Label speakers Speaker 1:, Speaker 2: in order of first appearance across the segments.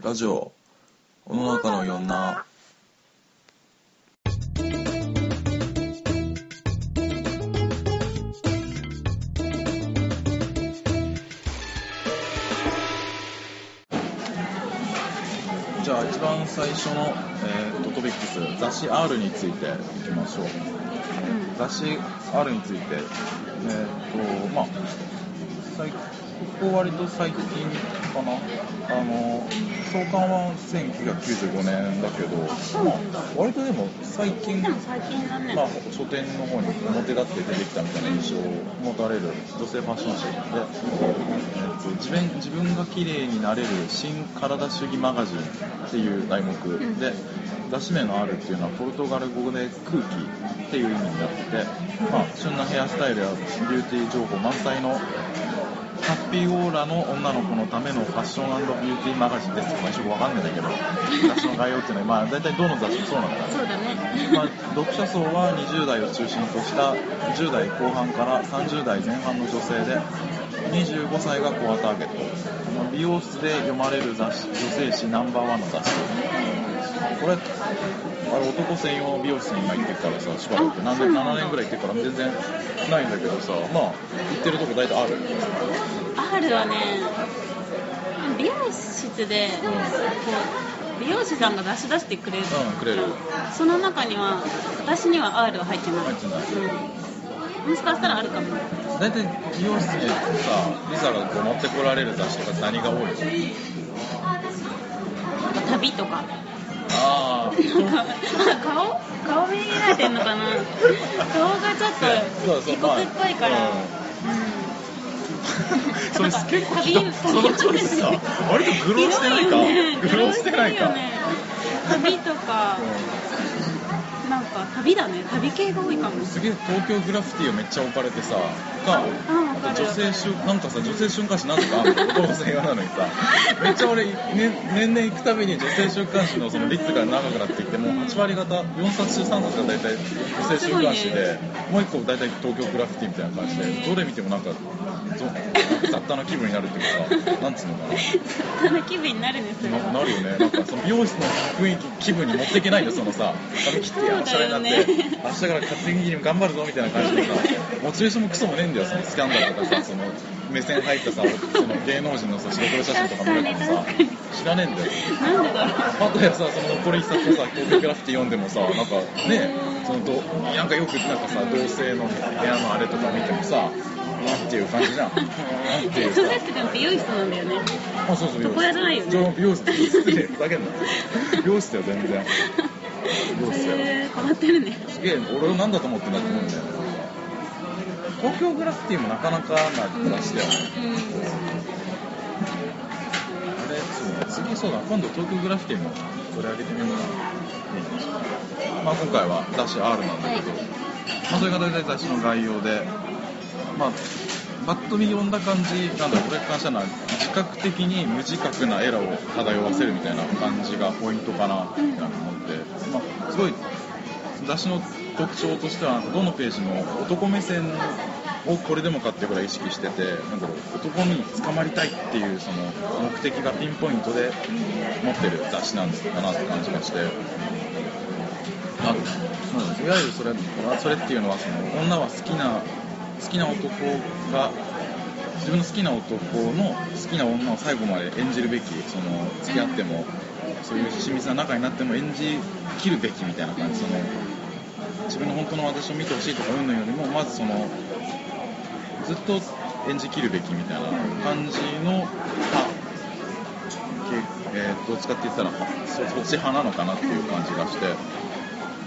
Speaker 1: ラジオ世の中のいろんなじゃあ一番最初の、えーとトピックス雑誌 R についていきましょう
Speaker 2: う
Speaker 1: 雑誌 R についてえっ、とまあ最ここ割と最近かなあの創刊は1995年だけど
Speaker 2: ん。あ、そうなんだ。
Speaker 1: 割とでも最近
Speaker 2: でも最近だね。
Speaker 1: まあ、書店の方に表立って出てきたみたいな印象を持たれる女性ファッション誌で、えっと、自分自分が綺麗になれる新体主義マガジンっていう題目
Speaker 2: ん
Speaker 1: で雑誌名のあるっていうのはポルトガル語で空気っていう意味になってて、まあ、旬なヘアスタイルやビューティー情報満載のハッピーオーラの女の子のためのファッションビューティーマガジンですとか一緒わかんないんだけど雑誌の概要っていうのは、まあ、大体どの雑誌もそうなんだから
Speaker 2: そうだね。
Speaker 1: ま あ、読者層は20代を中心とした10代後半から30代前半の女性で25歳がコアターゲット、まあ美容室で読まれる雑誌女性誌ナンバーワンの雑誌これあれ男専用の美容室に今行ってからさしばらく
Speaker 2: あ
Speaker 1: 何
Speaker 2: そう
Speaker 1: 年
Speaker 2: なんだ
Speaker 1: 7年ぐらい行ってから全然ないんだけどさまあ行ってるとこ大体ある
Speaker 2: R はね、美容室で、こう、美容師さんが出し出してくれる。
Speaker 1: うんくれる
Speaker 2: その中には、私には R は入ってない。
Speaker 1: 入ってない
Speaker 2: うん。もしかしたらあるかも。
Speaker 1: 大体美容室に行くとさリサがこう持ってこられる雑誌とか何が多いの
Speaker 2: 旅と か。
Speaker 1: ああ
Speaker 2: なんか顔顔見られてんのかな顔がちょっと異国っぽいから、
Speaker 1: そうそうまあ
Speaker 2: うん
Speaker 1: それ結構ひどい
Speaker 2: 旅
Speaker 1: そのチョイスさ割とグローしてないか
Speaker 2: 広よね
Speaker 1: グローしてないか
Speaker 2: 広よね旅とかなんか旅だね旅系が多いかも
Speaker 1: うんすげえ東京グラフィティをめっちゃ置かれてさか
Speaker 2: うんわか
Speaker 1: あ
Speaker 2: る
Speaker 1: と女性瞬なんかさ女性瞬間誌なんとか あるの男性用なのにさめっちゃ俺、ね、年々行くたびに女性週刊誌のその率が長くなっていってもう8割方4冊中3冊が大体女性週刊誌で、もう1個大体東京グラフィティみたいな感じでどれ見てもなんかぞ雑多な気分になるっていうかさなんつうのかな
Speaker 2: そんな気分になるんですよ
Speaker 1: ななるよねなんかその美容室の雰囲気気分に持っていけないんだよそのさ髪切ってやおしゃれになって、
Speaker 2: そうだよね
Speaker 1: 明日から稼ぎにも頑張るぞみたいな感じでさモチベーションもクソもねえんだよそのスキャンダルとかさその目線入ったさその芸能人のさ白黒写真とか見られてもさ
Speaker 2: 確かに確
Speaker 1: 知らねえんだよ
Speaker 2: なんでだろ
Speaker 1: あ
Speaker 2: う
Speaker 1: とやさ、その残り一冊のさ、東京グラフィティ読んでもさ、なんかね、そのどなんかよくなんかさ、同性の部屋のあれとか見てもさ、なんていう感じ じゃん。なんてい
Speaker 2: え
Speaker 1: うさ
Speaker 2: そ。れってでも美容室なんだよね
Speaker 1: あ、そうそう、美容室。
Speaker 2: 床屋じゃないよね
Speaker 1: それも美容室。失礼、ふざけんな。美容室だよ、全然。美容室だよ。
Speaker 2: へえ変わってるね
Speaker 1: すげえ、俺を何だと思ってんだと思うんだよ。東京グラフィティもなかなかな雑誌だよね。
Speaker 2: うん
Speaker 1: あれ、そうだ次そうだ、今度東京グラフィティも取り上げてみようかな。まあ今回は雑誌 R なんだけど、
Speaker 2: はい
Speaker 1: まあそれが大体雑誌の概要で、まあ、バッと見読んだ感じ、なんだろう、俺が感じたのは、自覚的に無自覚なエラーを漂わせるみたいな感じがポイントかなって思って、まあすごい、雑誌の特徴としては、どのページも男目線をこれでもかってぐらい意識してて、なんだろう、男に捕まりたいっていうその目的がピンポイントで持ってる雑誌なんだなって感じがして。あそうなんですいわゆるそれそれっていうのはその女は好きな好きな男が自分の好きな男の好きな女を最後まで演じるべきその付き合ってもそういう親密な仲になっても演じきるべきみたいな感じその自分の本当の私を見てほしいとかうんぬんよりもまずそのずっと演じきるべきみたいな感じのあけえーどっちかって言ったらそそっち派なのかなっていう感じがして、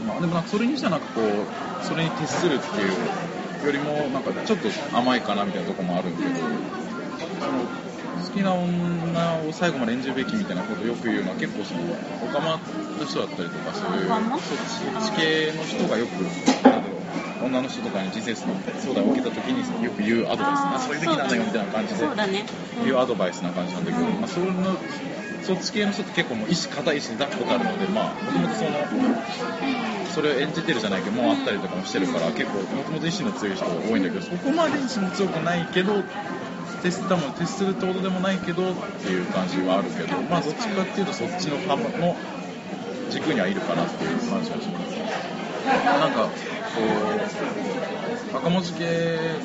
Speaker 1: まあ、でもなんかそれにしてはなんかこうそれに徹するっていうよりもなんかちょっと甘いかなみたいなところもあるんだけど、その好きな女を最後まで演じるべきみたいなことをよく言うのは結構そのオカマの人だったりとかそういう
Speaker 2: オカマ
Speaker 1: そっちそっち系の人がよくなんだろう女の人とかに人生相談を受けた時によく言うアドバイスあそういうべきなんだよみたいな感じで
Speaker 2: そうだね
Speaker 1: いうアドバイスな感じなんだけど、まあ、それのそっち系の人って結構もう意志固い意志に抱くことあるのでまあもともとそのそれを演じてるじゃないけどもうあったりとかもしてるから結構もともと意志の強い人が多いんだけどそこまで意志も強くないけど徹す多分徹するってことでもないけどっていう感じはあるけど、まあ、どっちかっていうとそっちの幅の軸にはいるかなっていう感じはします。なんかこう赤文字系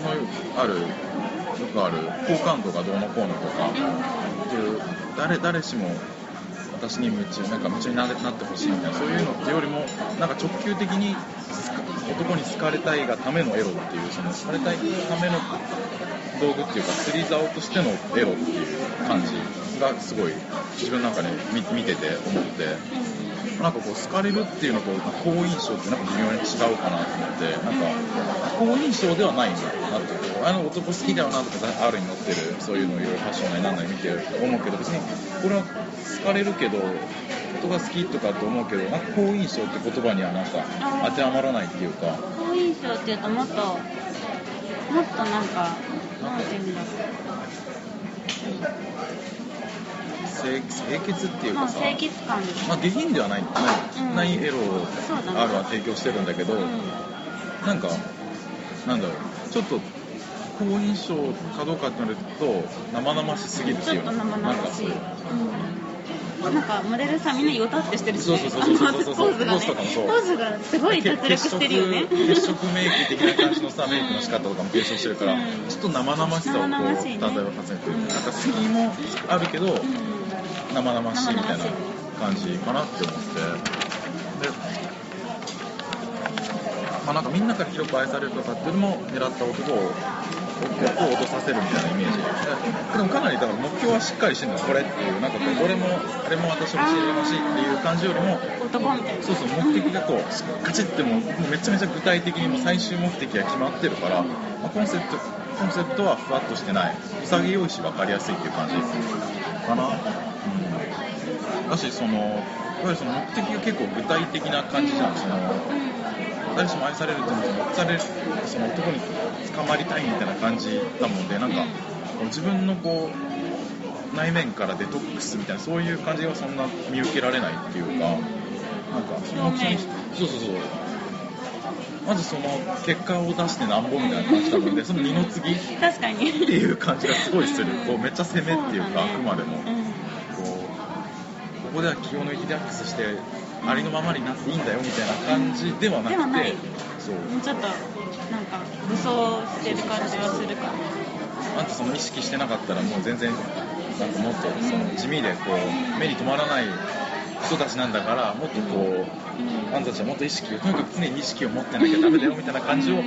Speaker 1: のあるよくある好感度がどうのこうのとかっていう誰誰しも私に夢中なんか夢中にななってほしいみたいなそういうのってよりもなんか直球的に男に好かれたいがためのエロっていうその好かれたいための道具っていうか釣り竿としてのエロっていう感じがすごい自分なんかね見見てて思って。なんかこう好かれるっていうのと好印象ってなんか微妙に違うかなと思ってなんか好印象ではないんだなってこうあの男好きだよなとか R に乗ってるそういうのいろいろファッションなりなんなり見てると思うけど別にこれは好かれるけど人が好きとかと思うけどなんか好印象って言葉にはなんか当てはまらないっていうか
Speaker 2: 好印象っていうともっともっとなんかなんていうんだろ
Speaker 1: 清清潔っていう
Speaker 2: う、
Speaker 1: か
Speaker 2: まあ、
Speaker 1: さ
Speaker 2: 清潔感です
Speaker 1: まあ、下品ではないない,、
Speaker 2: うん
Speaker 1: ないエロを
Speaker 2: そうだね
Speaker 1: R は提供してるんだけど、
Speaker 2: うん
Speaker 1: なんか、なんだろう、ちょっと好印象かどうかってなると、生々しすぎるって
Speaker 2: ち
Speaker 1: い
Speaker 2: ょっ
Speaker 1: う
Speaker 2: と生々しい、
Speaker 1: なんか
Speaker 2: うん、なんかモデルさんみんなよたってしてるし、ね、
Speaker 1: そうそうそうそう
Speaker 2: あのポーズ
Speaker 1: ポ
Speaker 2: が
Speaker 1: ー
Speaker 2: ね
Speaker 1: ズとかもそう
Speaker 2: ポーズがすごい脱力してるよね
Speaker 1: 血色血色メイク的な感じのさ、メイクの仕方とかも継承してるから、
Speaker 2: うん
Speaker 1: ちょっと生々しさをこう、
Speaker 2: 生々しいね
Speaker 1: 漂わさせてる、
Speaker 2: うん
Speaker 1: なんか好きもあるけど、
Speaker 2: う
Speaker 1: 生々しいみたいな
Speaker 2: 生々しいね
Speaker 1: 感じかなって思ってで、まあ、なんかみんなから広く愛されるとかっていうのも狙った男を男を落とさせるみたいなイメージででもかなり多分目標はしっかりしてるんだこれっていうなんかこうこれもあれも私欲しいあれも欲しいっていう感じよりも
Speaker 2: ん、男みたいな
Speaker 1: そうそう目的がこうカチッてもうもうめちゃめちゃ具体的にもう最終目的が決まってるから、まあ、コンセプトコンセプトはふわっとしてない潔いし分かりやすいっていう感じかな、うん、だしそのいわゆるその目的が結構具体的な感じじゃんその誰しも愛されるっていうのも愛されるその男に捕まりたいみたいな感じだもんでなんか自分のこう内面からデトックスみたいなそういう感じがそんな見受けられないっていうか、なんかそのうちにそうそうそうまずその結果を出してなんぼみたいな感じなのでその二の次っ
Speaker 2: 確かにって
Speaker 1: ていう感じがすごいするこうめっちゃ攻めっていうかあ
Speaker 2: そう
Speaker 1: くま
Speaker 2: だね
Speaker 1: でもこうここでは気を抜いてリラックスしてありのままになっていいんだよみたいな感じではな
Speaker 2: では
Speaker 1: く
Speaker 2: な
Speaker 1: て
Speaker 2: い
Speaker 1: そう
Speaker 2: うん、もうちょっとなんか武装してる感じはするから
Speaker 1: あんたその意識してなかったらもう全然なんかもっとその地味でこう目に留まらない人たちなんだからもっとこうあんたたちはもっと意識をとにかく常に意識を持ってなきゃダメだよみたいな感じを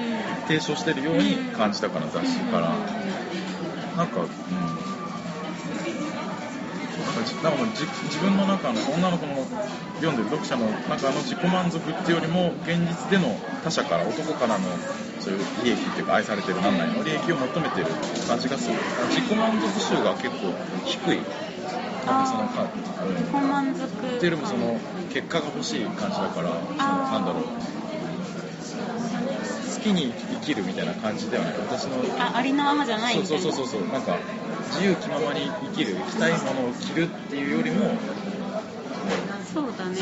Speaker 1: 提唱してるように感じたから雑誌からなんかうんなんかじなんかもうじ自分の中の女の子の読んでる読者の中の自己満足っていうよりも現実での他者から男からのそういう利益っていうか愛されてるなんないの利益を求めてる感じがする自己満足数が結構低いなんかそのか、うん
Speaker 2: 本満足
Speaker 1: っていうよりもその結果が欲しい感じだからその
Speaker 2: あー
Speaker 1: なんだろう好きに生きるみたいな感じではない私の
Speaker 2: あありのままじゃないみた
Speaker 1: そ
Speaker 2: いう
Speaker 1: そ
Speaker 2: な
Speaker 1: うそうそうそうなんか自由気ままに生きる着たいものを着るっていうよりも
Speaker 2: そうだね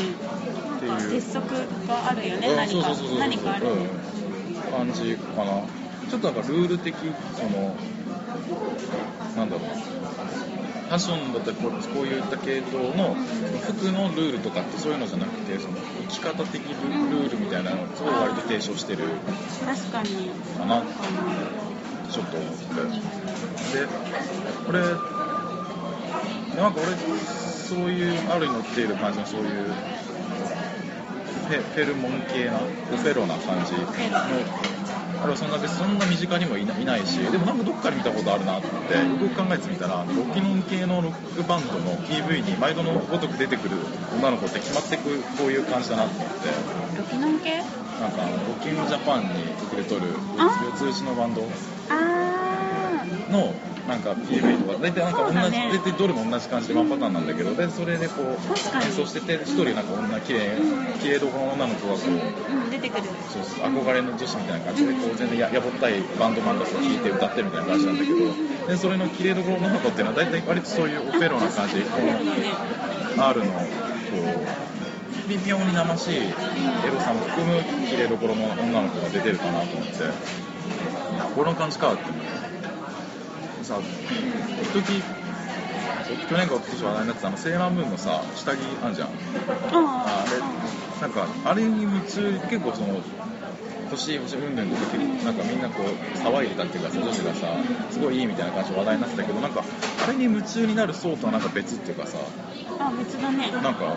Speaker 1: ていう
Speaker 2: なんか鉄則があるよね、
Speaker 1: うん
Speaker 2: 何
Speaker 1: そうそ
Speaker 2: か
Speaker 1: うそうそう
Speaker 2: 何かあるよね、
Speaker 1: 感じかなちょっとなんかルール的そのなんだろうファッションだったりこうこういった系統の服のルールとかってそういうのじゃなくてその生き方的ルルールみたいなのを割と提唱してる
Speaker 2: 確かに
Speaker 1: かな
Speaker 2: そうかも
Speaker 1: ちょっと思ってで俺なんか俺そういうあるに乗っている感じのそういうフェフェルモン系なフェロな感じの
Speaker 2: ェロ
Speaker 1: あれはそんな別にそんな身近にもいないないしでもなんかどっかで見たことあるなってよくよく考えてみたらロッキン系のロックバンドの PV に毎度のごとく出てくる女の子って決まってくこういう感じだなと思って
Speaker 2: ロキノン系
Speaker 1: なんかあのロッキンジャパンに出てくる
Speaker 2: あ
Speaker 1: 四つ打ちのバンド
Speaker 2: あ
Speaker 1: のなんか PV とか大体なんか
Speaker 2: そ
Speaker 1: 同
Speaker 2: うだ
Speaker 1: じ、
Speaker 2: ね
Speaker 1: 大体どれも同じ感じでワンパターンなんだけどでそれでこ
Speaker 2: 確か
Speaker 1: う
Speaker 2: に
Speaker 1: 演奏してて一人なんか女綺麗綺麗どころの女の子がこう
Speaker 2: ーうん出てくる
Speaker 1: そうそう憧れの女子みたいな感じでこう全然ややぼったいバンドマンがこう弾いて歌ってるみたいな感じなんだけどでそれの綺麗どころの女の子っていうのは大体割とそういうオペロな感じこ
Speaker 2: 出てくるね
Speaker 1: の R のこう微妙に生しいエロさも含む綺麗どころの女の子が出てるかなと思ってあこの感じかって思って。さ一時去年か一昨年話題になってたあのセーラームーンのさ下着あんじゃんあ
Speaker 2: あ
Speaker 1: れなんかあれに夢中結構その年星云々の時になんかみんなこう騒いでたっていうかさ女子がさすごいいいみたいな感じで話題になってたけどなんかあれに夢中になる層とはなんか別っていうかさ
Speaker 2: あ別だね
Speaker 1: なんか、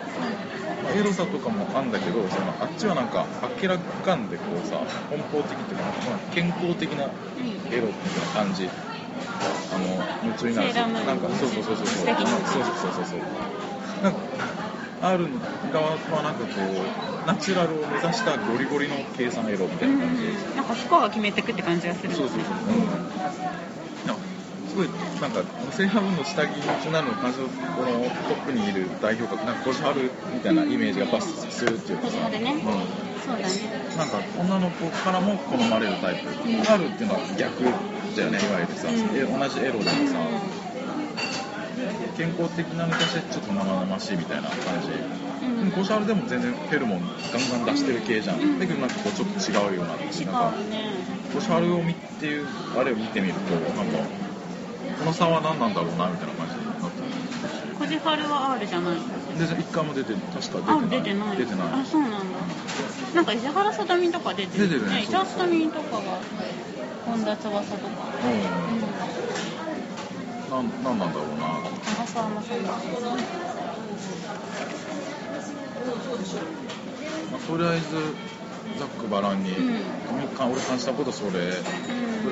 Speaker 1: まあエロさとかもあんだけどそのあっちはなんか明らかんでこうさ奔放的っていうかなんかまあ健康的な
Speaker 2: うん
Speaker 1: エロっていう感じあの夢中になる
Speaker 2: セーラームーン
Speaker 1: なんかそうそうそうそうそう
Speaker 2: 下着の
Speaker 1: そうそうそうそうなんか R の側はなんかこうナチュラルを目指したゴリゴリの計算エロみたいな感じ、
Speaker 2: なんかスコアが決めてくって感じがする
Speaker 1: そうそうそう、うん、なんかすごいなんかセーラームーンの下着になるの感じのこのトップにいる代表格なんか腰張るみたいなイメージがバスするっていうか
Speaker 2: 腰
Speaker 1: さ、
Speaker 2: 張るね
Speaker 1: うん
Speaker 2: そうだね
Speaker 1: なんか女の子からも好まれるタイプ、あるっていうのは逆だよねいわゆるさ、
Speaker 2: うん
Speaker 1: え同じエロでもさ、健康的なのに対してちょっと生々しいみたいな感じ、
Speaker 2: うん
Speaker 1: でもコシャールでも全然フェルモンガンガン出してる系じゃん、
Speaker 2: うん
Speaker 1: だけどなんかこうちょっと違うような
Speaker 2: 違
Speaker 1: なんか
Speaker 2: うね
Speaker 1: コシャールを見ていうあれを見てみるとなんかこの差は何なんだろうなみたいな感じになって
Speaker 2: コジハルは R じゃない
Speaker 1: でじゃあ一回も出て確か
Speaker 2: R
Speaker 1: 出
Speaker 2: 出
Speaker 1: て
Speaker 2: て
Speaker 1: な
Speaker 2: ないい
Speaker 1: 出てない
Speaker 2: あそうなんだなんか石原さとみとか出てる
Speaker 1: 出てるね
Speaker 2: 石原さとみとかが本田翼とかう
Speaker 1: う
Speaker 2: ん
Speaker 1: んなんなんなんだろうな
Speaker 2: 長澤まさみ
Speaker 1: まあとりあえずざっくばらんに、
Speaker 2: うん
Speaker 1: か俺感じたことそれ、とり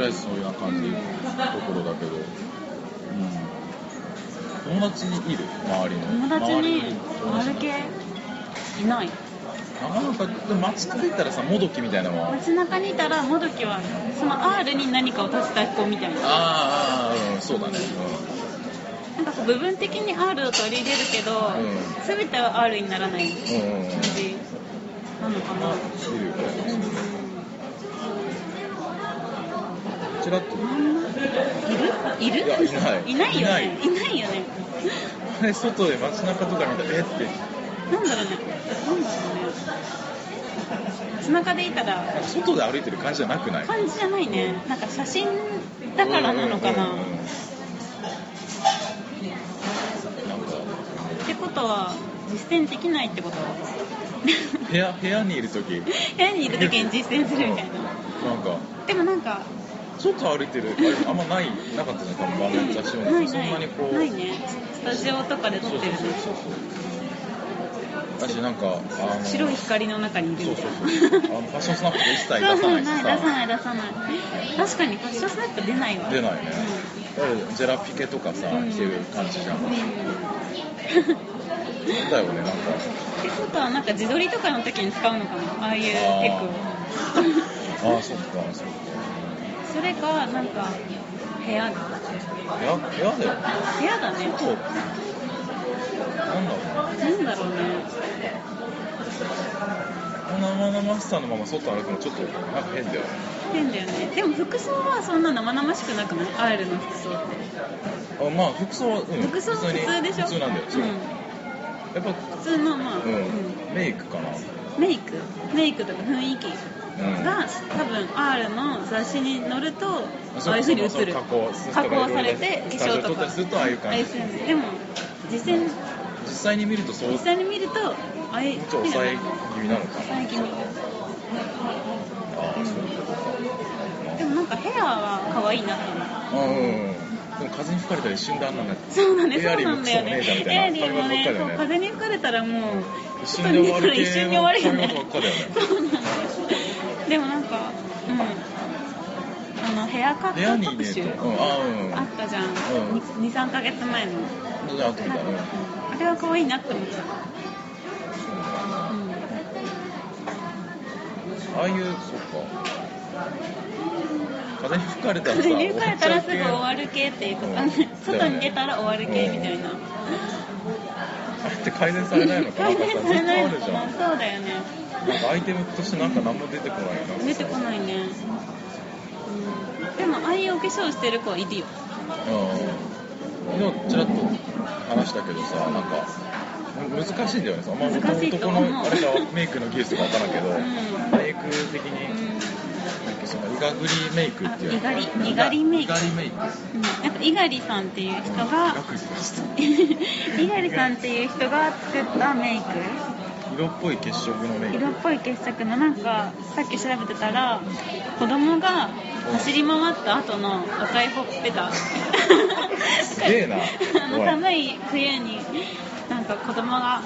Speaker 1: あえずそういうような感じのところだけど、うん、友達にいる周りの
Speaker 2: 友達に
Speaker 1: 周りの友達
Speaker 2: R 系いない
Speaker 1: なかなかでも街中行ったらさもどきみたいなのはあー
Speaker 2: 街中にいたらもどきはその R に何かを足した子みたいな
Speaker 1: あーあーうんそうだね、
Speaker 2: なんかこう部分的に R を取り入れるけど、
Speaker 1: うん
Speaker 2: 全ては R にならない感
Speaker 1: うん、うんうんうん
Speaker 2: じなのかな、
Speaker 1: あいるよねちらっと
Speaker 2: いるい
Speaker 1: い
Speaker 2: る
Speaker 1: やいない
Speaker 2: いないよねいないよね
Speaker 1: あれ外で街中とか見たらえって
Speaker 2: なんだろうねなんだろうね街中でいたら
Speaker 1: なんか外で歩いてる感じじゃなくない
Speaker 2: 感じじゃないねなんか写真だからなのかな、
Speaker 1: うんうんうんうんなんか
Speaker 2: ってことは実践できないってこと
Speaker 1: 部屋部屋にいる時なんか
Speaker 2: 部屋にいる時に実践するみたいなでもなんか
Speaker 1: 外歩いてるああんまないなかったじゃん多分場面雑誌も
Speaker 2: ない
Speaker 1: そんなにこ
Speaker 2: な
Speaker 1: う
Speaker 2: いないねスタジオとかで撮
Speaker 1: そう
Speaker 2: っ
Speaker 1: そう
Speaker 2: てるね
Speaker 1: そうそうだしなんかあの
Speaker 2: 白い光の中にいる
Speaker 1: そ
Speaker 2: み
Speaker 1: う
Speaker 2: た
Speaker 1: そ
Speaker 2: いうな
Speaker 1: そうあのファッションスナップで一切出さないし
Speaker 2: 出
Speaker 1: さ
Speaker 2: さない出さない確かにファッションスナップ出ないわ
Speaker 1: 出ないねジェラピケとかさ
Speaker 2: うん
Speaker 1: 着てる感じじゃん
Speaker 2: うん
Speaker 1: だよねなんか
Speaker 2: ってことはなんか自撮りとかの時に使うのかなああいうテク
Speaker 1: ああーそっかそっか
Speaker 2: をそれかなんか部屋が
Speaker 1: 部屋部屋だよ
Speaker 2: 部屋だね
Speaker 1: 外なんだろうな
Speaker 2: なんだろうね
Speaker 1: 生々しさのまま外歩くのちょっとなんか変だよ
Speaker 2: 変だよねでも服装はそんな生々しくなくないアイルの服装って
Speaker 1: あまあ服装は、うん、
Speaker 2: 服装普
Speaker 1: に
Speaker 2: 通でしょ
Speaker 1: 普通なんだよ、そう
Speaker 2: うん
Speaker 1: やっぱ
Speaker 2: 普通のまあ、
Speaker 1: うん、
Speaker 2: うん
Speaker 1: メイクかな
Speaker 2: メイクメイクとか雰囲気
Speaker 1: うん
Speaker 2: が多分 R の雑誌に載るとあ
Speaker 1: そう
Speaker 2: あいうふうに映る
Speaker 1: 加工するとか
Speaker 2: 加工されて
Speaker 1: いろいろね
Speaker 2: 衣装
Speaker 1: 撮っ
Speaker 2: と
Speaker 1: た
Speaker 2: か
Speaker 1: りするとああいう感じ
Speaker 2: ああいう風にでも実践
Speaker 1: 実際に見るとそう
Speaker 2: 実
Speaker 1: もうちょっ
Speaker 2: 際に見るとああいう
Speaker 1: と抑え気味なのかな
Speaker 2: 抑え気味
Speaker 1: ああそういうことか
Speaker 2: でもなんかヘアは可愛いなと思う
Speaker 1: あうんうんでも風に吹かれたら一瞬であんなんだ
Speaker 2: そうだね
Speaker 1: エ
Speaker 2: そ
Speaker 1: ア
Speaker 2: う
Speaker 1: リー
Speaker 2: な
Speaker 1: も
Speaker 2: ん
Speaker 1: ク
Speaker 2: だ
Speaker 1: ソ
Speaker 2: よ
Speaker 1: もね
Speaker 2: ね
Speaker 1: えじゃんみたいな
Speaker 2: エアリーもね
Speaker 1: 髪型ばっかだよね
Speaker 2: そう風に吹かれたらもう
Speaker 1: 一瞬で終わる系の
Speaker 2: 一瞬で終わるよね
Speaker 1: 髪型ばっかだよね
Speaker 2: そうなんだよでもなんかうんあのヘアカ
Speaker 1: 部屋
Speaker 2: ット
Speaker 1: にい
Speaker 2: 特
Speaker 1: ね
Speaker 2: 集
Speaker 1: えとうんあうん
Speaker 2: あったじゃん、
Speaker 1: うん
Speaker 2: 23ヶ月前の
Speaker 1: じゃあ後み
Speaker 2: な
Speaker 1: たい
Speaker 2: んか
Speaker 1: な
Speaker 2: あれは可愛いなって思ってた、うん、
Speaker 1: ああいうそっか風に吹かれたらさ
Speaker 2: 風に吹かれたらすぐ終わる系っていうことね、
Speaker 1: うん
Speaker 2: 外に出たら終わる系みたいな、
Speaker 1: あれって改善されないのかな
Speaker 2: 改善されないのか
Speaker 1: んか
Speaker 2: な
Speaker 1: さずっと
Speaker 2: そうだよね
Speaker 1: あるじゃんなんかアイテムとしてなんか何も出てこないよな
Speaker 2: 出てこないね、うん、でもああいうお化粧してる子はいるよ
Speaker 1: うん昨日ちらっと話したけどさなんかむ難しいんだよねそのまあ
Speaker 2: 難しいと
Speaker 1: 男
Speaker 2: 思う
Speaker 1: のあれがメイクの技術とか分からんけど、
Speaker 2: うん
Speaker 1: メイク的
Speaker 2: う
Speaker 1: に
Speaker 2: ん
Speaker 1: なんかそのイガグリメイクっていう
Speaker 2: あイガリイガリメイク
Speaker 1: イガリメイク
Speaker 2: うんやっぱ猪狩さんっていう人
Speaker 1: イ
Speaker 2: が
Speaker 1: ガグリです
Speaker 2: 猪狩さんっていう人が作ったメイク
Speaker 1: 色っぽい血色のメイク
Speaker 2: 色っぽい傑作のなんかさっき調べてたら子供が走り回った後の赤いほっぺた
Speaker 1: すげ えな
Speaker 2: あの寒い冬になんか子供が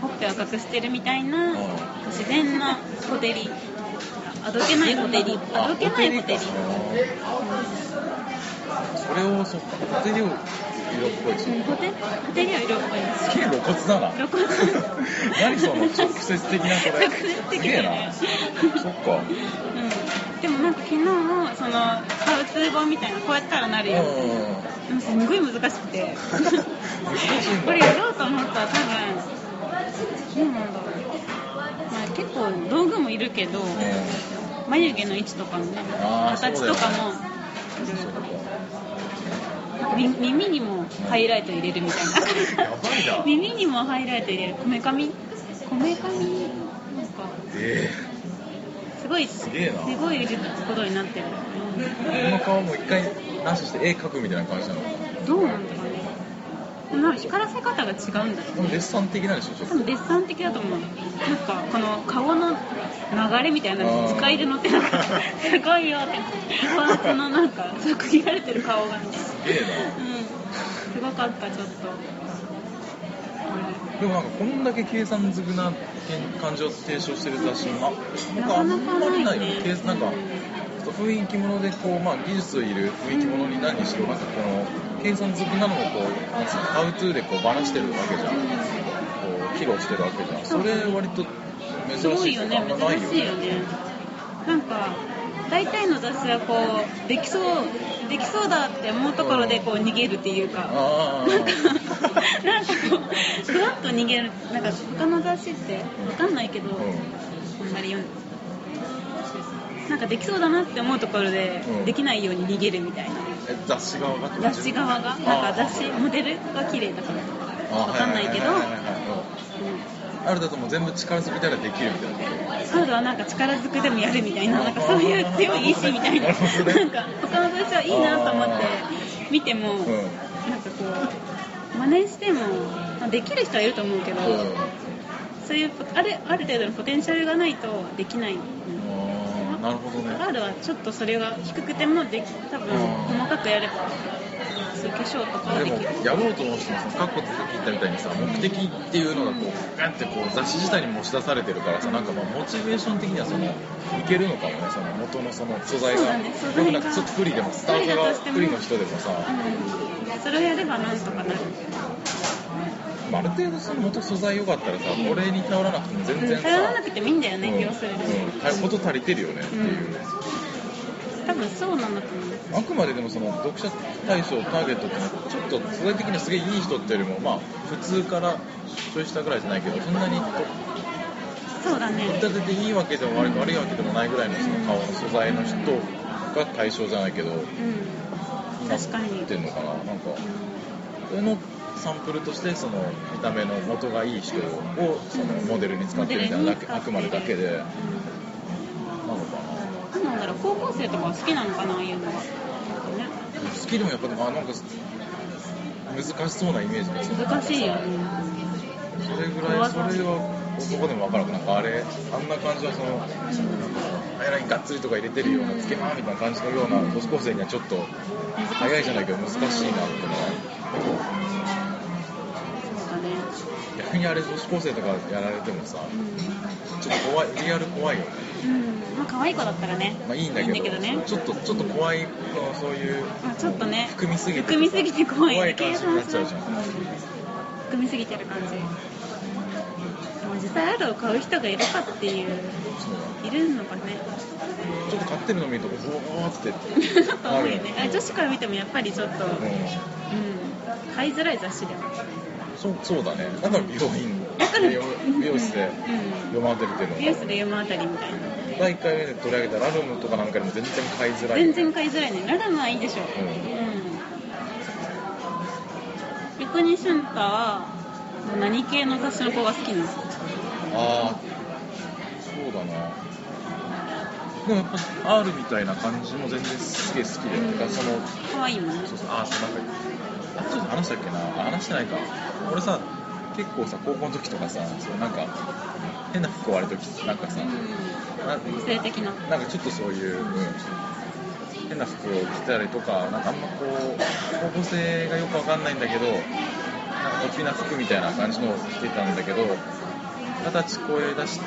Speaker 2: ほっぺを赤くしてるみたいな
Speaker 1: うん
Speaker 2: 自然な小照りあどけない小照りあどけない小照り
Speaker 1: それをそっかホテルを色っぽいし
Speaker 2: うん小照小照りは色っぽいんですよ
Speaker 1: すげえ露骨だな
Speaker 2: 露骨
Speaker 1: 何その直接的なそれ
Speaker 2: 直接的
Speaker 1: すげ
Speaker 2: だ
Speaker 1: え
Speaker 2: よ
Speaker 1: な
Speaker 2: ね
Speaker 1: そっか
Speaker 2: うんでもなんか昨日もそのハウツー本みたいなこうやったらなるよ
Speaker 1: う
Speaker 2: でもすんごい難しくて
Speaker 1: しいんだ
Speaker 2: これやろうと思ったら多分どうなんだろう、まあ、結構道具もいるけど
Speaker 1: んうん
Speaker 2: 眉毛の位置とかもね
Speaker 1: あー
Speaker 2: 形とかもいろいろみ耳にもハイライト入れるみたいな
Speaker 1: やばいな
Speaker 2: 耳にもハイライト入れるこめかみこめかみなんか
Speaker 1: え
Speaker 2: すごい
Speaker 1: す
Speaker 2: す
Speaker 1: げえな
Speaker 2: ごいことになってる
Speaker 1: えこの顔も一回なしして絵描くみたいな感じなの
Speaker 2: どうなんだろうねでもなんか光らせ方が違うんだよ
Speaker 1: でもデッサン的なんでしょちょっ
Speaker 2: 多分デッサン的だと思うなんかこの顔の流れみたいなの
Speaker 1: あ
Speaker 2: に
Speaker 1: ー
Speaker 2: 図解で載ってなかったすごいよってパーツのなんかそう区切られてる顔がね
Speaker 1: とすげえな
Speaker 2: うんすごかったちょっと
Speaker 1: でもなんかこんだけ計算づくな感じを提唱してる雑誌もあ
Speaker 2: な
Speaker 1: 僕あ
Speaker 2: か
Speaker 1: ん
Speaker 2: なか
Speaker 1: まり
Speaker 2: な
Speaker 1: ないいよ
Speaker 2: ね
Speaker 1: ね計なんか
Speaker 2: う
Speaker 1: 雰囲気ものでこう、まあ、技術いる雰囲気ものに何にしろなんかこの計算づくなのをこうなんつうのハウトゥーでこうばらしてるわけじゃんこう披露してるわけじゃんそれ割と
Speaker 2: んす
Speaker 1: 珍
Speaker 2: ご
Speaker 1: し
Speaker 2: い
Speaker 1: い
Speaker 2: よ
Speaker 1: と
Speaker 2: ね
Speaker 1: かあんまない
Speaker 2: 珍
Speaker 1: よ
Speaker 2: しいよ
Speaker 1: ね
Speaker 2: ねなんか大体の雑誌はこうできそうできそうだって思うところでこう逃げるっていうか
Speaker 1: あ
Speaker 2: なんか、なんかこう、ふわっと逃げる、なんか他の雑誌って、わかんないけど、
Speaker 1: あ、うん
Speaker 2: あんまり読んなんかできそうだなって思うところで、
Speaker 1: うん
Speaker 2: できないように逃げるみたいな。
Speaker 1: え雑誌側がってこと
Speaker 2: 雑誌側が、なんか雑誌、モデルが綺麗だから、わかんないけど、
Speaker 1: あ
Speaker 2: う
Speaker 1: は
Speaker 2: ん
Speaker 1: はははうんあるだともう全部力づくみたいなできるみたいな
Speaker 2: そうだはなんか力ずくでもやるみたいな、なんかそういう強い意志みたい
Speaker 1: な
Speaker 2: な、
Speaker 1: るほどね
Speaker 2: なんか他の雑誌はいいなと思って
Speaker 1: あ、
Speaker 2: 見ても、
Speaker 1: うんうん
Speaker 2: なんかこう、真似しても、まあできる人はいると思うけど、そういうポあるある程度のポテンシャルがないとできない、
Speaker 1: あーなるほどね
Speaker 2: カードはちょっとそれが低くてもでき多分
Speaker 1: うん
Speaker 2: 細かくやればそういう化粧とかは
Speaker 1: で
Speaker 2: で
Speaker 1: も
Speaker 2: きる
Speaker 1: やろうと思ってもその過去さっき言ったみたいにさ目的っていうのがこうガンってこう雑誌自体に持ち出されてるからさなんかまあモチベーション的にはそのいけるのかもねその元のその素材
Speaker 2: そう
Speaker 1: が
Speaker 2: だね素材が
Speaker 1: 僕なんかちょっと不利でもスタートが不利の人でもさ、
Speaker 2: うん、それをやればなんとかなる
Speaker 1: まあ、ある程度その元素材良かったらさこれに頼らなくても全
Speaker 2: うん
Speaker 1: 然さ
Speaker 2: 頼らなくてもいいんだよね、
Speaker 1: うん
Speaker 2: 要するに、
Speaker 1: うんたこと足りてるよねっていう、
Speaker 2: 多分そうなんだと思う
Speaker 1: あくまででもその読者対象ターゲットってのはちょっと素材的にはすげえいい人っていうよりもまあ普通からちょい下ぐらいじゃないけどそんなにこう
Speaker 2: そうだね
Speaker 1: 取り立てていいわけでも悪い悪いわけでもないぐらいのその顔の素材の人が対象じゃないけど
Speaker 2: うん確かに
Speaker 1: なってんのかななんかそれのサンプルとしてその見た目の元がいい人をそのモデルに使ってるみたいなだけあくまでだけでなのかな
Speaker 2: うんなんだろう高校生とかは好きなのかなああいうのがなんかね
Speaker 1: スキルもやっぱでもあなんか難しそうなイメージですね
Speaker 2: 難しいよね
Speaker 1: それぐらいそれは男でも分からなくなんかあれあんな感じはそのアイラインがっつりとか入れてるようなつけまーみたいな感じのような女子高生にはちょっと早いじゃないけど難しいなってのは
Speaker 2: そうだね
Speaker 1: 逆にあれ女子高生とかやられてもさちょっと怖いリアル怖いよね
Speaker 2: うんまあ可愛い子だったらね、
Speaker 1: まあいいんだけど
Speaker 2: ね
Speaker 1: ちょっとちょっと怖いのそういう
Speaker 2: まあちょっとね
Speaker 1: 含みすぎて
Speaker 2: 含みすぎて怖い
Speaker 1: 怖い感じになっちゃうじゃん
Speaker 2: 含みすぎてる感じでも実際あるを買う人がいるかっていう
Speaker 1: そうだ
Speaker 2: いるのかね
Speaker 1: ちょっと買ってるの見るとボワーって
Speaker 2: ちょっと多いよねあ女子から見てもやっぱりちょっと、うん、
Speaker 1: う
Speaker 2: 買いづらい雑誌では
Speaker 1: んそうそうだねだから美容院
Speaker 2: だから
Speaker 1: 美容美容室で
Speaker 2: うん
Speaker 1: 読まれてるけど
Speaker 2: ニュースで読むあたりみたいな
Speaker 1: 第1回目で取り上げたラルムとかなんかでも全然買いづらい
Speaker 2: 全然買いづらいねラダムはいいでしょ
Speaker 1: うん
Speaker 2: うん陸に俊太は何系の雑誌の子が好きなの
Speaker 1: ああそうだなでもやっぱ R みたいな感じも全然すげえ好きで、
Speaker 2: うん
Speaker 1: だからその
Speaker 2: 可愛いもんね
Speaker 1: そうそうあそうなんかあちょっと話したっけなあ話してないか俺さ結構さ高校の時とかさそうなんか変な服を割る時なんかさ、
Speaker 2: う
Speaker 1: なん
Speaker 2: 性的な
Speaker 1: なんかちょっとそういう、うん変な服を着たりとか、なんかあんまこう、方向性がよくわかんないんだけど、なんかおっぴな服みたいな感じのを着てたんだけど、二十歳超え出して、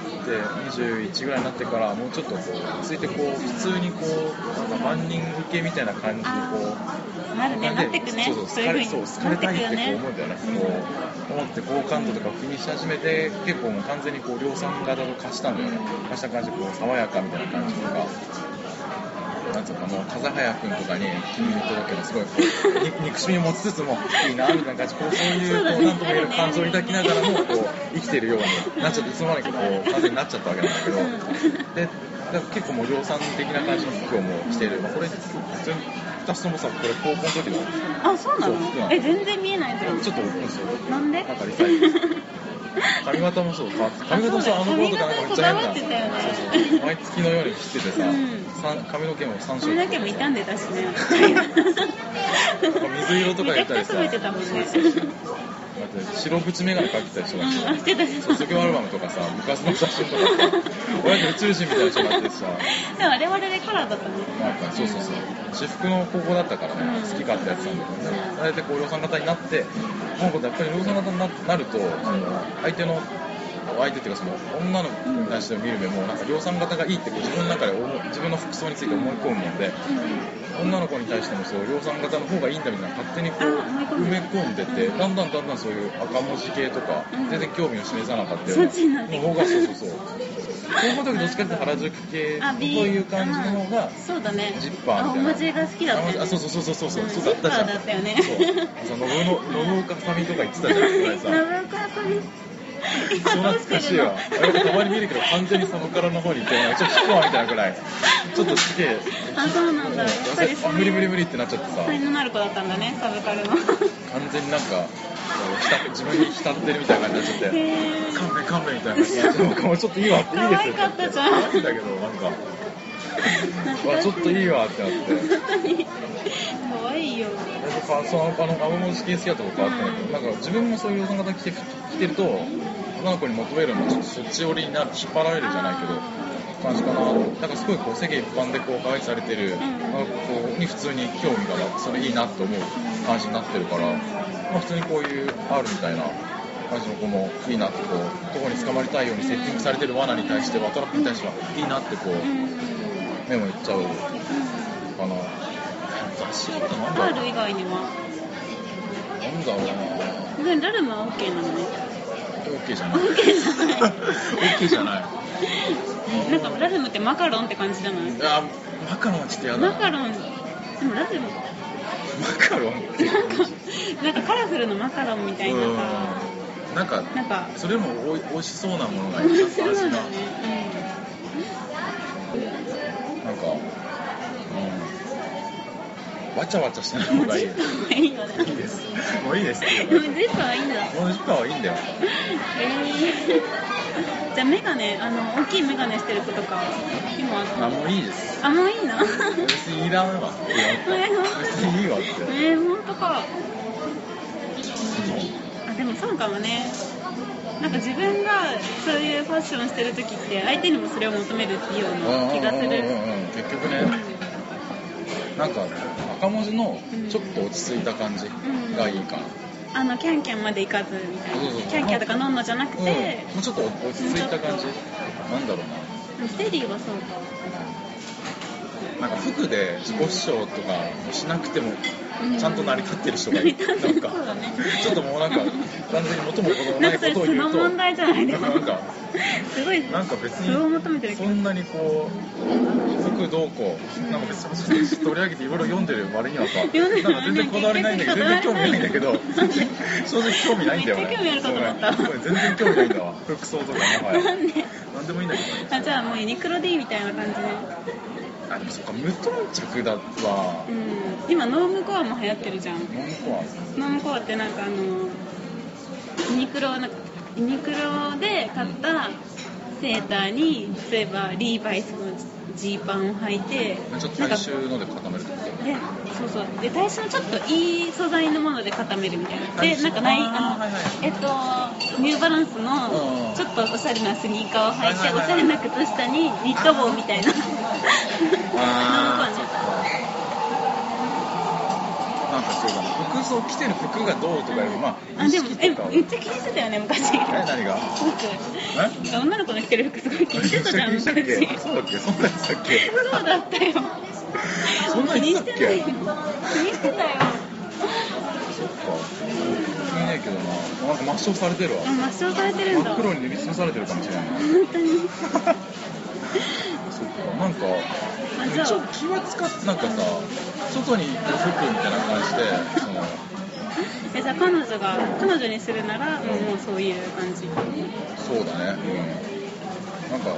Speaker 1: 21ぐらいになってから、もうちょっとこう、ついてこう、普通にこう、なんか万人受けみたいな感じでこう、
Speaker 2: なるねなってくね
Speaker 1: そうそう
Speaker 2: そういう
Speaker 1: そう
Speaker 2: 風
Speaker 1: 好
Speaker 2: に
Speaker 1: か
Speaker 2: な
Speaker 1: れた
Speaker 2: ってく
Speaker 1: いって
Speaker 2: よ
Speaker 1: こう思
Speaker 2: ね
Speaker 1: うんだよね、こう思って好感度とかを気にし始めて結構もう完全にこう量産型と化したんだよね化した感じこう爽やかみたいな感じとかなんつうかもう風早くんとかに気に入っただけのすごいこ うに憎しみを持ちつつもいいなみたいな感じこうそういう
Speaker 2: そうだ
Speaker 1: こ
Speaker 2: ね
Speaker 1: うなんとも言える感情を抱きながらもこう生きてるようになっちゃっていつの間にかこう 完全になっちゃったわけなんだけど、でなんか結構もう量産的な感じの服をもう着てる、まあ、これ普通に2つともさこれ高校の時の
Speaker 2: あそうなの
Speaker 1: そうそう
Speaker 2: え全然見えないけど
Speaker 1: ちょっと大きいんですよ
Speaker 2: なん
Speaker 1: な
Speaker 2: で
Speaker 1: んかリサイクル髪型もそう変わって髪型もそう
Speaker 2: あ
Speaker 1: あ
Speaker 2: そ
Speaker 1: の
Speaker 2: うだ
Speaker 1: 頃とかなんかめっちゃ変だ
Speaker 2: 髪型にこだわってたよね
Speaker 1: そうそう毎月のように切っててさ、
Speaker 2: うん
Speaker 1: さん髪の毛も3
Speaker 2: それ
Speaker 1: 色
Speaker 2: だけも傷んでたしね
Speaker 1: 水色とか入れたりさ
Speaker 2: めちゃくちゃ染めてたもんね
Speaker 1: そうそうそうだって白縁眼鏡かけてた人がいて
Speaker 2: うんあしてたしてた
Speaker 1: 卒業アルバムとかさ昔の写真とか さ親が宇宙人みたいな人になってさ
Speaker 2: でもあれはあれでカラーだったね
Speaker 1: なんかそうそうそう私服の高校だったからね、
Speaker 2: うん
Speaker 1: 好き勝手やってたんだけどね
Speaker 2: うん
Speaker 1: あれでこう量産型になってなんかやっぱり量産型にななると、その相手の相手っていうかその女の子に対しての見る目もなんか量産型がいいってこう自分の中で思う自分の服装について思い込むもんで女の子に対してもそう量産型の方がいいんだみたいな勝手にこう
Speaker 2: あ思
Speaker 1: 埋
Speaker 2: い
Speaker 1: め
Speaker 2: 込んで
Speaker 1: 込んでてだんだんだんだんそういう赤文字系とか
Speaker 2: うん
Speaker 1: 全然興味を示さなかった
Speaker 2: そっちになってきた
Speaker 1: の方がそうそうそう高校の時どっちかっていうと原宿系
Speaker 2: あ
Speaker 1: と
Speaker 2: B
Speaker 1: いう感じの方が
Speaker 2: そうだね
Speaker 1: ジッパーみたいな。
Speaker 2: 青文字が好きだったよね
Speaker 1: あそうそうそうそうそうそう。
Speaker 2: うん
Speaker 1: そうだったじゃん。
Speaker 2: ジッパーだったよね
Speaker 1: そう。そう信の信岡さみとか言ってたじゃん。こ れさ。
Speaker 2: 長岡遊び今
Speaker 1: そう
Speaker 2: どう
Speaker 1: 懐か
Speaker 2: し
Speaker 1: してい
Speaker 2: る
Speaker 1: わ。
Speaker 2: の
Speaker 1: あれたまに見るけど完全にそのからの方に行ってなんかちょっと引くわみたいなぐらい。ちょっとすげえ。
Speaker 2: あそうなんだやっぱり
Speaker 1: あ無理無理無理ってなっちゃってさ。
Speaker 2: 才能のある子だったんだねサブカルの
Speaker 1: 完全になんかこう浸自分に浸ってるみたいな感じになっちゃっ
Speaker 2: へ
Speaker 1: て。
Speaker 2: え
Speaker 1: 勘弁勘弁みたいな感じになっ ちゃって。僕もうちょっといいわっていいですよって言って。
Speaker 2: 可愛かったじゃん
Speaker 1: やってたけどなんか。わちょっといいわってなって。
Speaker 2: 可愛いよ
Speaker 1: やっぱそのあの青文字系好きだったことあったんだけど、なんか自分もそういう幼型着て着てると女の子に求めるのもちょっとそっち寄りになる引っ張られるじゃないけど感じかななんかすごいこう世間一般でこう可愛されてる、
Speaker 2: ん
Speaker 1: なんかこうに普通に興味がなくそれいいなって思う感じになってるから、まあ、普通にこういう R みたいな感じの子もいいなってこうどこに捕まりたいようにセッティングされてる罠に対してはトラップに対してはいいなってこう
Speaker 2: うんうん
Speaker 1: 目もいっちゃうかな雑誌だとなんだろう
Speaker 2: R 以外には
Speaker 1: なんだろうな
Speaker 2: でラルムは OK なのね
Speaker 1: オッケーじゃない。オッ
Speaker 2: OK じゃない
Speaker 1: ケーじゃない。
Speaker 2: なんかラルムってマカロンって感じじゃない
Speaker 1: あ、マカロンはちょっとやだな。
Speaker 2: マカロンでもラルム
Speaker 1: マカロン。
Speaker 2: なんかなんかカラフルなマカロンみたいなさ
Speaker 1: うん。なんか、
Speaker 2: なんか
Speaker 1: それでもおい美味しそうなものがいい。
Speaker 2: 面
Speaker 1: 味
Speaker 2: 白い
Speaker 1: が。な
Speaker 2: んだ
Speaker 1: ん
Speaker 2: ね
Speaker 1: か、うん。わちゃわちゃしてない
Speaker 2: うんも
Speaker 1: 方
Speaker 2: う
Speaker 1: がいい。い
Speaker 2: ジッパーはいいのね
Speaker 1: いです。もういいです。
Speaker 2: でもジッパーはいいんだ
Speaker 1: このジッパーはいいんだよ。
Speaker 2: えー、じゃあメガネあの大きいメガネしてる子とか今
Speaker 1: あ、もういいです。
Speaker 2: あもういいな
Speaker 1: 別にいらんわって言われ
Speaker 2: え本
Speaker 1: た。別にいいわって。
Speaker 2: 当えー、本当かあでもそうかもねなんか自分がそういうファッションしてる時って相手にもそれを求めるっていうような気がす
Speaker 1: うんうん
Speaker 2: る
Speaker 1: うんうん結局ねなんか赤文字のちょっと落ち着いた感じがいいかな、
Speaker 2: あのキャンキャンまで行かずみたい
Speaker 1: そうそうそ
Speaker 2: な
Speaker 1: う
Speaker 2: キャンキャンとかノンノじゃなく
Speaker 1: うん
Speaker 2: て、
Speaker 1: もうちょっと落ち着いた感じ
Speaker 2: うん
Speaker 1: なんだろう
Speaker 2: テリーはそうか
Speaker 1: ななんか服で自己主張とかしなくても
Speaker 2: うん
Speaker 1: ちゃんと成り立ってる人がいい、
Speaker 2: 成
Speaker 1: な
Speaker 2: り立って
Speaker 1: ん
Speaker 2: る
Speaker 1: か
Speaker 2: そうだね
Speaker 1: ちょっともうなんか完全に元も子も
Speaker 2: な
Speaker 1: なんい
Speaker 2: か
Speaker 1: こ
Speaker 2: それ
Speaker 1: とを
Speaker 2: 素
Speaker 1: 言
Speaker 2: の
Speaker 1: うと
Speaker 2: 問題じゃないでも
Speaker 1: なんか
Speaker 2: すごい
Speaker 1: なんか別
Speaker 2: それを求めて
Speaker 1: に
Speaker 2: る
Speaker 1: そ
Speaker 2: けど
Speaker 1: んなにこう服どうこうなんか別に取り上げていろいろ読んでる割にはさなん
Speaker 2: 読んでる割
Speaker 1: か
Speaker 2: に
Speaker 1: 全然こだわりないんだけど全然興味ないんだけど正直興味ないんだよね
Speaker 2: めっちゃ興味あるかと思った
Speaker 1: そうね全然興味ないんだわ服装とかもは
Speaker 2: な
Speaker 1: や
Speaker 2: んで
Speaker 1: 何でもいいんだけど
Speaker 2: あじゃあもうユニクロでいいみたいな感じで、
Speaker 1: あでもそっか無頓着だわ
Speaker 2: うん、今ノームコアも流行ってるじゃん
Speaker 1: 何個は
Speaker 2: ノームコアってなんかあのユニクロなんかユニクロで買ったセーターに例えばリーバイスのジーパンを履いて
Speaker 1: ちょっと
Speaker 2: なんか
Speaker 1: 大衆ので固めるってこと
Speaker 2: でそうそうで大衆のちょっといい素材のもので固めるみたいな
Speaker 1: 大
Speaker 2: で
Speaker 1: 衆
Speaker 2: なんかない
Speaker 1: あー
Speaker 2: あの、
Speaker 1: はいはい
Speaker 2: えっとニューバランス
Speaker 1: う
Speaker 2: の
Speaker 1: ん
Speaker 2: ちょっとおしゃれなスニーカーを履いて、
Speaker 1: はいはいはい
Speaker 2: おしゃれな靴下にニット帽みたいな
Speaker 1: あー
Speaker 2: の
Speaker 1: そ
Speaker 2: を
Speaker 1: っ
Speaker 2: ね
Speaker 1: かなんかそうだな服装着てる服がどうとかよりまあ
Speaker 2: あ
Speaker 1: 意
Speaker 2: でも
Speaker 1: 識
Speaker 2: え
Speaker 1: とかは
Speaker 2: めっちゃ気にしてたよね昔
Speaker 1: え何が
Speaker 2: すごく女の子の着てる服すごい気にしてたじゃん
Speaker 1: 一緒
Speaker 2: 昔
Speaker 1: にしたっけそうだっけそんなやつだっけ
Speaker 2: そうだったよ
Speaker 1: そんな
Speaker 2: 気
Speaker 1: ん
Speaker 2: に
Speaker 1: 言っ
Speaker 2: してて
Speaker 1: たっ
Speaker 2: な
Speaker 1: け
Speaker 2: いよ気にしてたよ
Speaker 1: そっか見えないけどななんか抹消されてるわ
Speaker 2: あ抹消されてる
Speaker 1: 真
Speaker 2: んだ
Speaker 1: っ黒に塗りつぶされてるかもしれない
Speaker 2: 本当に
Speaker 1: そっかなんか
Speaker 2: あじゃあ
Speaker 1: 一応気は使ってなんかさ外に行く服みたいな感じでその
Speaker 2: えじゃあ彼女が彼女にするならもうもうそういう感じ
Speaker 1: そうだねうんなんか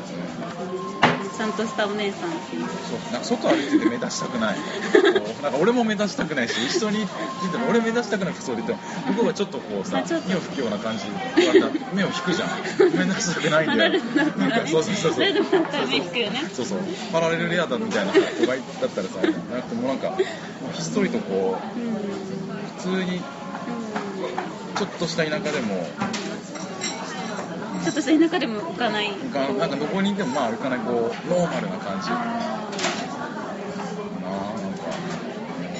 Speaker 2: ちゃんとしたお姉さんっていう
Speaker 1: そうなんか外歩いてて目立ちたくないこうなんか俺も目立ちたくないし一緒に出ても俺目立ちたくない服装で行っても向こうがちょっとこうさ
Speaker 2: あちょっと
Speaker 1: 目を不器用な感じでまた目を引くじゃん目立ちたくないんだよ
Speaker 2: 離れる
Speaker 1: なんかそうそうそうそう
Speaker 2: 誰でもなんか目引くよね
Speaker 1: そうそうパラレルレアだみたいな子がいだったらさなんかもうなんかもうひっそりとこう
Speaker 2: うんうん
Speaker 1: 普通にちょっとした田舎でも
Speaker 2: ちょっとした田舎でも置かない
Speaker 1: なんかなんかどこにいてもまあ歩かないこうノーマルな感じかな
Speaker 2: あ
Speaker 1: なんか
Speaker 2: ー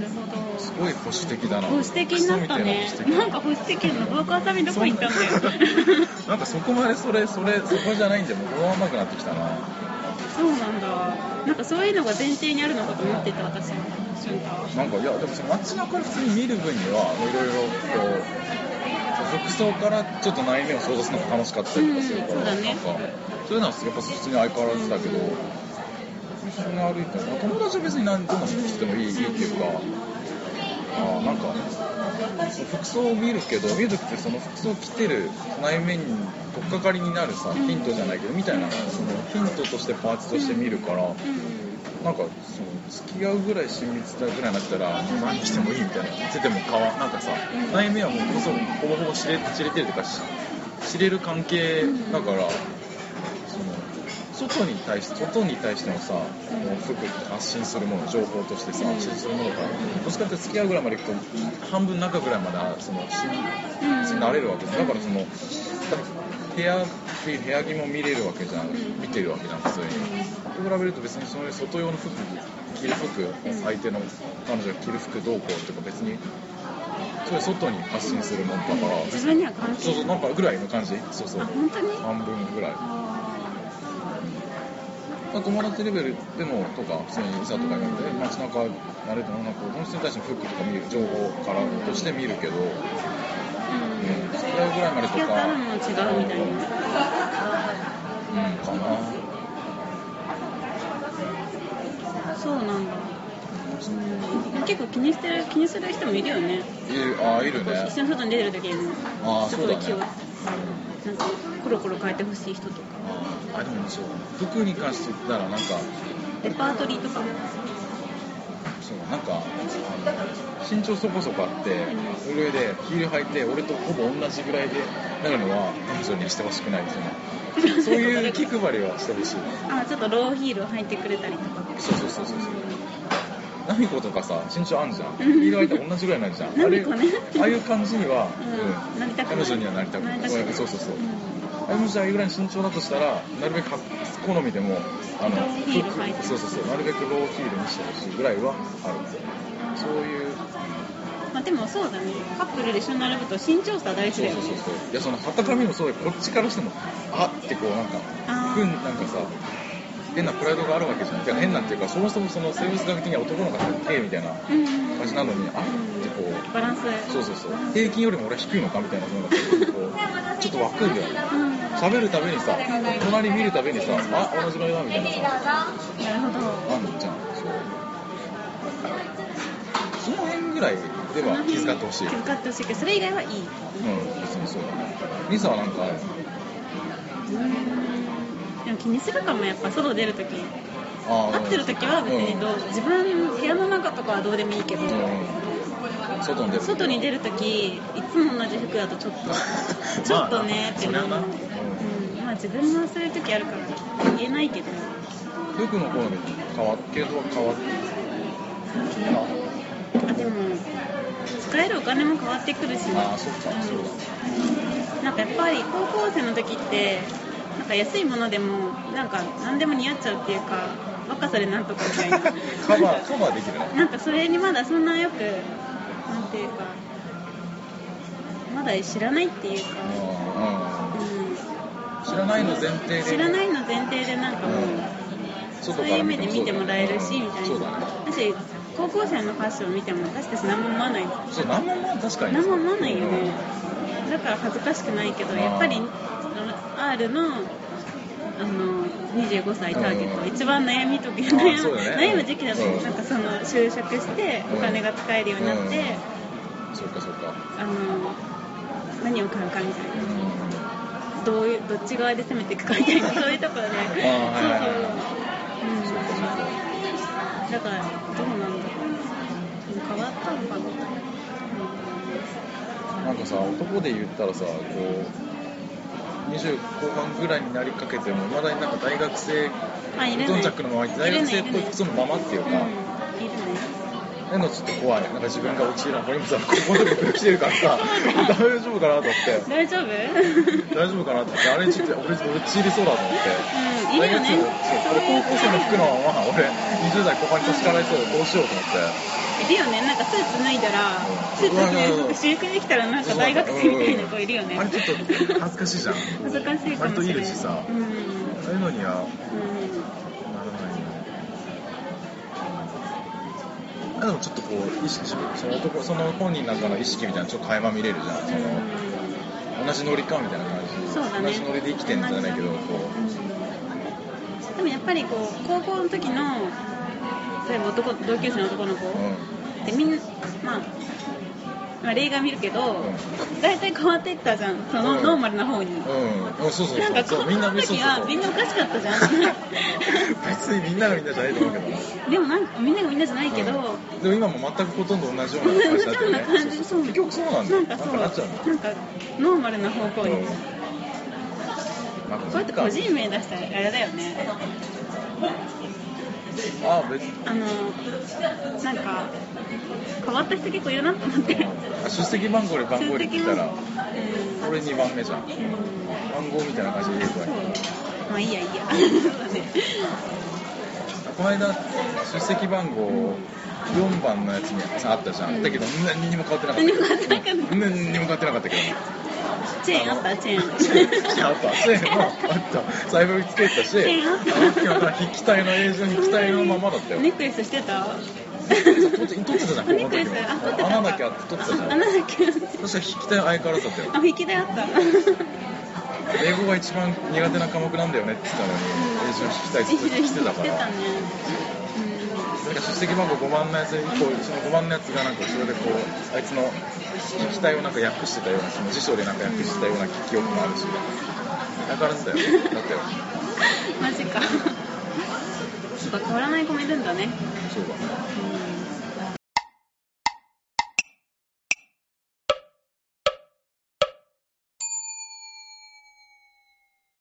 Speaker 2: なるほど
Speaker 1: すごい保守的だな
Speaker 2: 保守的になったね
Speaker 1: クソみたい
Speaker 2: な
Speaker 1: なん保
Speaker 2: か
Speaker 1: 守
Speaker 2: 保守的なの僕はためどこ行ったんだよ
Speaker 1: 的 なんかそこまでそれそれそこじゃないんでもうこのままくなってきたな
Speaker 2: そうなんだなんかそういうのが前提にあるのかと思ってた私は瞬間は
Speaker 1: なんかいやでもその街中で普通に見る分にはいろいろこう服装からちょっと内面を想像するのが楽しかったりとかするから、
Speaker 2: うんそうだね
Speaker 1: なんかそういうのはやっぱ普通に相変わらずだけど、普通に歩いてまあ友達は別に何どんな服着てもいい,、いいっていうかあーなんか服装を見るけど見る時ってその服装着てる内面に取っかかりになるさヒントじゃないけどみたいなそのヒントとしてパーツとして見るから。
Speaker 2: うん
Speaker 1: なんかその付き合うぐらい親密だぐらいになったら何着てもいいみたいな着てても変わなんかさ
Speaker 2: うん
Speaker 1: 内面はもうこそほぼほぼ知れ知れてるというかし知れる関係だからその外に対して外に対してのさ
Speaker 2: ん
Speaker 1: もう服って発信するもの情報としてさ
Speaker 2: うん
Speaker 1: 発信するものだからどっちかっていうと付き合うぐらいまでいくと半分中ぐらいまでその親密になれるわけじゃんだからその部屋部屋着も見れるわけじゃん
Speaker 2: ん
Speaker 1: 見てるわけじゃん普通に。と比べると別にその外用の服着る服相手の彼女が着る服どうこうとか別にそれ外に発信するもんだから
Speaker 2: 自分には関係ない
Speaker 1: そうそうなんかぐらいの感じそうそう
Speaker 2: あ本当に
Speaker 1: 半分ぐらい
Speaker 2: あ
Speaker 1: 友達レベルでもとか普通にさとか言われて街中慣れてもなんかこの人に対しての服とか見る情報からとして見るけど、うん、
Speaker 2: ー
Speaker 1: 付き合うぐらいま
Speaker 2: うん
Speaker 1: でと
Speaker 2: 付き合っ
Speaker 1: か
Speaker 2: た
Speaker 1: ら
Speaker 2: もう違うみたいな
Speaker 1: うんかな
Speaker 2: そうなんだ、うん、結構気にしてる気にする人もいるよね
Speaker 1: いるあーいる
Speaker 2: こう
Speaker 1: ね
Speaker 2: 一緒に外に出てる時に
Speaker 1: あー
Speaker 2: すごい気
Speaker 1: そ
Speaker 2: を
Speaker 1: うだね
Speaker 2: なんかコロコロ変えてほしい人とか
Speaker 1: あでもそう服に関して言ったらなんか
Speaker 2: レパートリーとかも
Speaker 1: そうなんかあの身長そこそこあって上でヒール履いて俺とほぼ同じぐらいでなるのは彼女にはしてほしくないですよねそういう気配りはしてほしい
Speaker 2: あちょっとローヒールを履いてくれたりとか
Speaker 1: そうそうそうそうそうナミコとかさ身長あんじゃんヒ
Speaker 2: うん
Speaker 1: ール履いて同じぐらいなんじゃんあれ
Speaker 2: ナミコね
Speaker 1: ああいう感じには、
Speaker 2: うんなりたくない
Speaker 1: 彼女にはなりたくない
Speaker 2: なりたくない
Speaker 1: そうそうそうそう
Speaker 2: うん
Speaker 1: あもしああいうぐらいの身長だとしたらなるべくは好みでもあの
Speaker 2: ローヒール履いて
Speaker 1: そうそうそうなるべくローヒールにしてほしいぐらいはあるそういう
Speaker 2: まあ、でもそうだねカップルで一緒に並ぶと身長差大事
Speaker 1: そう
Speaker 2: だ
Speaker 1: そ
Speaker 2: よ
Speaker 1: うそう
Speaker 2: ね
Speaker 1: そういやそのはたから見るのそうだけどこっちからしてもあってこうなんか
Speaker 2: あ
Speaker 1: ふ
Speaker 2: ー
Speaker 1: んなんかさ変なプライドがあるわけじゃんてか変なっていうかそもそもその生物学的には男の方がかっけえみたいな
Speaker 2: うん
Speaker 1: 感じなのにあってこう
Speaker 2: バランス
Speaker 1: そうそうそう平均よりも俺は低いのかみたいなのがこうちょっと湧くんだよ
Speaker 2: うん
Speaker 1: 喋るたびにさ隣見るたびにさあ同じぐらいだみたいなさ
Speaker 2: なるほど
Speaker 1: あんじゃんそうその辺ぐらいでは気遣ってほしい
Speaker 2: 気遣ってほしいけどそれ以外はいい
Speaker 1: うん、別にそうだね。リサはなんかある
Speaker 2: でも気にするかもやっぱ外出るとき
Speaker 1: あ
Speaker 2: 会ってるときは別にどう、自分部屋の中とかはどうでもいいけど、
Speaker 1: うんうん外に出る。
Speaker 2: 外に出るときいつも同じ服だとちょっ とちょっとねって
Speaker 1: それ
Speaker 2: な
Speaker 1: は
Speaker 2: る、
Speaker 1: な。
Speaker 2: うんまあ自分もそういうときあるから言えないけど
Speaker 1: 服の好み変わっ系統は変わっていいな
Speaker 2: あでも使えるお金も変わってくるしね
Speaker 1: ああそっか、そうだ
Speaker 2: なんかやっぱり高校生の時ってなんか安いものでもなんか何でも似合っちゃうっていうか若さでなんとかみたいな
Speaker 1: カバーカバーできるな
Speaker 2: なんかそれにまだそんなよくなんていうかまだ知らないっていうか、
Speaker 1: うん
Speaker 2: う
Speaker 1: 知らないの前提で
Speaker 2: ん、知らないの前提でなんかもう、そういう目で見てもらえるしみたいな
Speaker 1: そうだね
Speaker 2: だし高校生のファッション見ても私たち何も思わない
Speaker 1: そう何もまあ確かに
Speaker 2: 何も思わないよねだから恥ずかしくないけどやっぱりあの R のあの25歳ターゲットは一番悩みとき、
Speaker 1: あー
Speaker 2: 悩
Speaker 1: そう
Speaker 2: む
Speaker 1: だね
Speaker 2: 悩む時期だと思う
Speaker 1: うん
Speaker 2: なんかその就職してお金が使えるようになって、
Speaker 1: うんそうかそうか
Speaker 2: あの何を買うかみたいな
Speaker 1: う
Speaker 2: どういうどっち側で攻めていくかみた いなそういうところで、
Speaker 1: いはいはい
Speaker 2: そうそう、うん、だからどうなんだろう変わったのかな、
Speaker 1: んなんかさ男で言ったらさこう20後半ぐらいになりかけてもいまだになんか大学生
Speaker 2: うん、あいるね
Speaker 1: どんちゃくのままいて大学生っぽい靴のままっていうか、
Speaker 2: うん、いるね
Speaker 1: えのちょっと怖いなんか自分が陥らんこれもさここの時苦してるからさ大丈夫かなと思って
Speaker 2: 大丈夫 うん
Speaker 1: 大丈夫かなと思ってあれちょっと俺陥りそうだと思って
Speaker 2: いるよ
Speaker 1: そ
Speaker 2: ね
Speaker 1: うこれ高校生の服のまま俺20代後半に差しかないそうどうしようと思って
Speaker 2: いるよねなんかスーツ脱いだらスーツ
Speaker 1: うんうん
Speaker 2: 脱いで私服できたらなんか大学生みたいな子いるよね
Speaker 1: あれちょっと恥ずかしいじゃん
Speaker 2: 恥ずかしいか
Speaker 1: 割と
Speaker 2: もし
Speaker 1: い
Speaker 2: れな
Speaker 1: る
Speaker 2: い
Speaker 1: しさ
Speaker 2: うん、うん
Speaker 1: そういうのにはならないなでもちょっとこう意識しその男その本人なんかの意識みたいなのちょっと垣間見れるじゃんその同じノリかみたいな感じ
Speaker 2: そうだね
Speaker 1: 同じノリで生きてんじゃないけどこう
Speaker 2: うんでもやっぱりこう高校の時の例えば男同級生の男の子
Speaker 1: う
Speaker 2: でみんな、まあ、まあ例外見るけど、大体変わっていったじゃんその、
Speaker 1: うん
Speaker 2: ノーマルな方に、
Speaker 1: ん、うんうん、そうそう
Speaker 2: なん
Speaker 1: そう
Speaker 2: か
Speaker 1: そ
Speaker 2: 高
Speaker 1: う
Speaker 2: 校
Speaker 1: みんなそ
Speaker 2: の
Speaker 1: うそう
Speaker 2: 時
Speaker 1: そ
Speaker 2: は
Speaker 1: う
Speaker 2: みんなおかしかったじゃん
Speaker 1: 別にみんながみんなじゃないと思うけどな
Speaker 2: でもなんかみんながみんなじゃないけど、
Speaker 1: うんでも今も全くほとんど同じような会社だよね
Speaker 2: 同じような感じ
Speaker 1: そうそう結局そうなんだ
Speaker 2: な
Speaker 1: よ
Speaker 2: んかそう
Speaker 1: なっちゃうんだよ
Speaker 2: なんかノーマルな方向に、
Speaker 1: うん
Speaker 2: こ
Speaker 1: なんか
Speaker 2: うやって個人名出したらあれだよね
Speaker 1: あ別に
Speaker 2: あのなんか変わった人結構いるなと思って
Speaker 1: あ出席番号で番号で来たら
Speaker 2: うん
Speaker 1: 俺2番目じゃん
Speaker 2: うん
Speaker 1: 番号みたいな感じで入れて
Speaker 2: そう
Speaker 1: こい
Speaker 2: まあい いやいいやそうだね
Speaker 1: この間出席番号4番のやつにさあったじゃん、
Speaker 2: うん
Speaker 1: だけど何にも変わってなかった
Speaker 2: 何にも変わってなかった
Speaker 1: うん何にも変わってなかったけど
Speaker 2: チェーンあったチェーン
Speaker 1: チェーンあったチェーンもあった財布つけたし
Speaker 2: チェーンあった
Speaker 1: あの時はだから筆記体の映像筆記体のままだったよ
Speaker 2: ネックレスしてた
Speaker 1: 取って取ってたじゃんこ
Speaker 2: ネックレスあ取って
Speaker 1: の時
Speaker 2: た
Speaker 1: 穴だけあって取ってたじゃん
Speaker 2: 穴だけあっ
Speaker 1: 確か筆記体は相変わらずだったよ
Speaker 2: たあ引きであった
Speaker 1: 英語が一番苦手な科目なんだよねって言ったのに英字の筆記体ずっと来てたか
Speaker 2: して
Speaker 1: ら
Speaker 2: たね
Speaker 1: なんか出席番号5番のやつ以降、その5番のやつがなんか後ろでこう、あいつの聞きたいをなんか訳してたような、その辞書でなんか訳してたような記憶もあるし、だからずだよ、だったよ、
Speaker 2: うんマジかやっぱ変わらない子もいるんだね
Speaker 1: そうだね。
Speaker 2: うん